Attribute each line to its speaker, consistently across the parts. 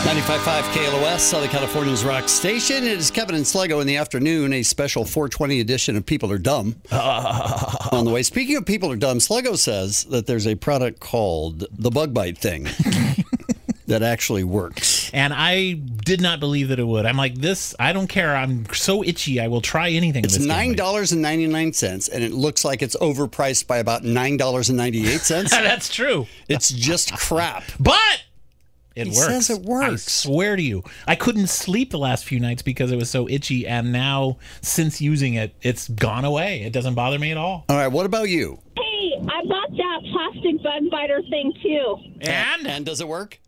Speaker 1: 95.5 KLOS, Southern California's rock station. It is Kevin and Sluggo in the afternoon, a special 420 edition of People Are Dumb on the way. Speaking of People Are Dumb, Sluggo says that there's a product called the bug bite thing that actually works.
Speaker 2: And I did not believe that it would. I'm like, this, I don't care. I'm so itchy. I will try anything.
Speaker 1: It's
Speaker 2: this can be.
Speaker 1: $9.99, and it looks like it's overpriced by about $9.98.
Speaker 2: That's true.
Speaker 1: it's just crap.
Speaker 2: But it
Speaker 1: He
Speaker 2: works.
Speaker 1: says it
Speaker 2: I
Speaker 1: works.
Speaker 2: swear to you. I couldn't sleep the last few nights because it was so itchy. And now, since using it, it's gone away. It doesn't bother me at all.
Speaker 1: All right, what about you?
Speaker 3: Hey, I bought that plastic bug biter thing too.
Speaker 2: And
Speaker 1: And does it work?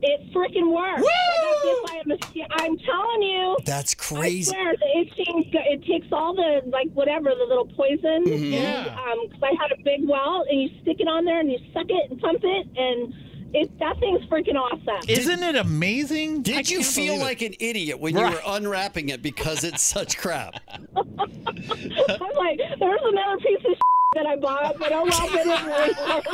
Speaker 3: It freaking works. I got bit by a mosquito. I'm telling you.
Speaker 1: That's
Speaker 3: I
Speaker 1: crazy.
Speaker 3: swear, the itching, it takes all the, like, whatever, the little poison.
Speaker 2: Yeah.
Speaker 3: Um, 'cause I had a big welt, and you stick it on there, and you suck it and pump it, and it, that thing's freaking awesome.
Speaker 2: isn't it amazing? I
Speaker 1: Did you
Speaker 2: can't
Speaker 1: feel
Speaker 2: believe it.
Speaker 1: like an idiot when you
Speaker 2: Right.
Speaker 1: were unwrapping it because it's such crap?
Speaker 3: I'm like, there's another piece of that I bought, but I'm not going to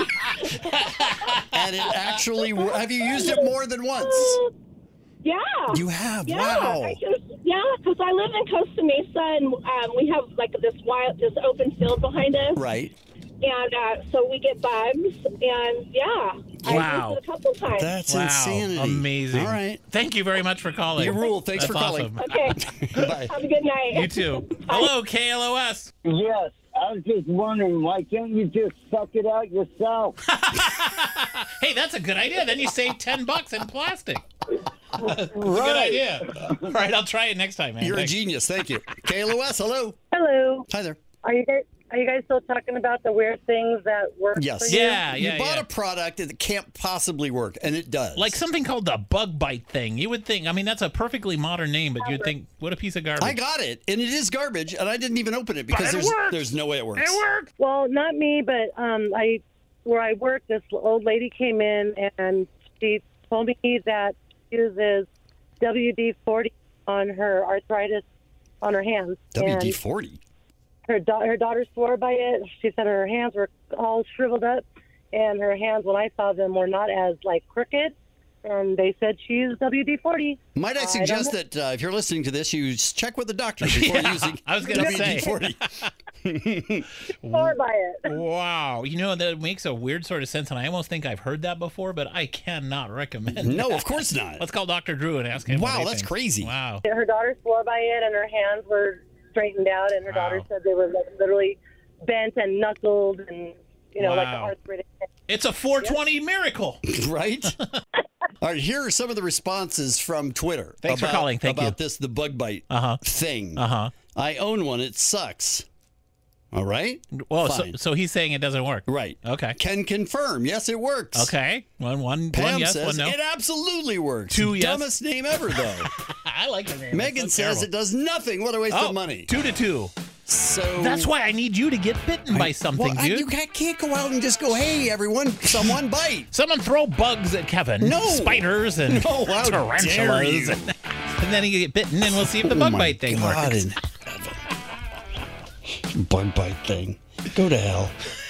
Speaker 1: And it actually wor- have you used it more than once?
Speaker 3: Yeah.
Speaker 1: You have.
Speaker 3: Yeah,
Speaker 1: Wow.
Speaker 3: I just, yeah, because I live in Costa Mesa and um, we have like this wild, this open field behind us,
Speaker 1: Right.
Speaker 3: and uh, so we get bugs, and yeah, I
Speaker 2: Wow.
Speaker 3: used it a couple times.
Speaker 1: That's
Speaker 2: Wow,
Speaker 1: insanity.
Speaker 2: amazing.
Speaker 1: All right.
Speaker 2: Thank you very much for calling.
Speaker 1: You rule. Thanks
Speaker 2: That's
Speaker 1: for calling.
Speaker 2: awesome.
Speaker 3: okay,
Speaker 1: Bye.
Speaker 3: have a good night.
Speaker 2: You too. Hello, KLOS.
Speaker 4: Yes, I was just wondering, why can't you just suck it out yourself?
Speaker 2: Hey, that's a good idea. Then you save 10 bucks in plastic. Good
Speaker 4: right.
Speaker 2: idea. All right, I'll try it next time, man.
Speaker 1: You're a
Speaker 2: Thanks.
Speaker 1: genius. Thank you. KLOS, hello.
Speaker 5: Hello.
Speaker 1: Hi there.
Speaker 5: Are you guys are you guys still talking about the weird things that work?
Speaker 1: Yes.
Speaker 5: For you?
Speaker 2: yeah, yeah,
Speaker 1: you bought
Speaker 2: yeah.
Speaker 1: a product that can't possibly work, and it does.
Speaker 2: like something called the bug bite thing. You would think, I mean, that's a perfectly modern name, but you'd think, what a piece of garbage.
Speaker 1: I got it, and it is garbage, and I didn't even open it because
Speaker 2: it
Speaker 1: there's
Speaker 2: works.
Speaker 1: there's no way it works.
Speaker 2: it worked.
Speaker 5: Well, not me, but um, I where I work, this old lady came in and she told me that she uses WD forty on her arthritis on her hands.
Speaker 1: WD
Speaker 5: And
Speaker 1: forty.
Speaker 5: her da- her daughter swore by it. She said her hands were all shriveled up, and her hands, when I saw them, were not as like crooked. And they said she used WD forty.
Speaker 1: Might I
Speaker 5: don't
Speaker 1: suggest
Speaker 5: know.
Speaker 1: that uh, if you're listening to this, you s- check with the doctor before using
Speaker 2: I was gonna say.
Speaker 1: WD forty.
Speaker 5: Swore by it.
Speaker 2: Wow. You know, that makes a weird sort of sense, and I almost think I've heard that before, but I cannot recommend
Speaker 1: No, of course not.
Speaker 2: Let's call Dr. Drew and ask him. what
Speaker 1: Wow,
Speaker 2: he
Speaker 1: that's
Speaker 2: thinks.
Speaker 1: crazy.
Speaker 2: Wow.
Speaker 5: her daughter swore by it and her hands were straightened out and her
Speaker 2: Wow.
Speaker 5: daughter said they were like, literally bent and knuckled and you know like the
Speaker 2: Wow.
Speaker 5: arthritic
Speaker 2: It's a 420 miracle.
Speaker 1: right? All right, here are some of the responses from Twitter.
Speaker 2: Thanks for
Speaker 1: about,
Speaker 2: calling. Thank you.
Speaker 1: about this the bug bite
Speaker 2: Uh-huh.
Speaker 1: thing.
Speaker 2: Uh huh.
Speaker 1: I own one. It sucks. All right.
Speaker 2: Well, so,
Speaker 1: Fine.
Speaker 2: so he's saying it doesn't work.
Speaker 1: Right.
Speaker 2: Okay.
Speaker 1: Can confirm. Yes, it works.
Speaker 2: Okay. One, one,
Speaker 1: Pam
Speaker 2: one yes,
Speaker 1: says
Speaker 2: one no.
Speaker 1: it absolutely works.
Speaker 2: Two yes.
Speaker 1: Dumbest name ever, though.
Speaker 2: I like the name.
Speaker 1: Megan
Speaker 2: It's so
Speaker 1: says
Speaker 2: terrible. Oh,
Speaker 1: it does nothing. What a waste of money.
Speaker 2: Two to two.
Speaker 1: So
Speaker 2: That's why I need you to get bitten by something,
Speaker 1: Well, I,
Speaker 2: dude.
Speaker 1: you ca- can't go out and just go, "Hey, everyone, someone bite."
Speaker 2: Someone throw bugs at Kevin.
Speaker 1: No.
Speaker 2: Spiders and
Speaker 1: No, Oh, how dare
Speaker 2: tarantulas.
Speaker 1: you.
Speaker 2: And, and then you get bitten, and we'll see if the
Speaker 1: Oh
Speaker 2: bug
Speaker 1: my
Speaker 2: bite thing
Speaker 1: God
Speaker 2: works.
Speaker 1: in heaven. bug bite thing. Go to hell.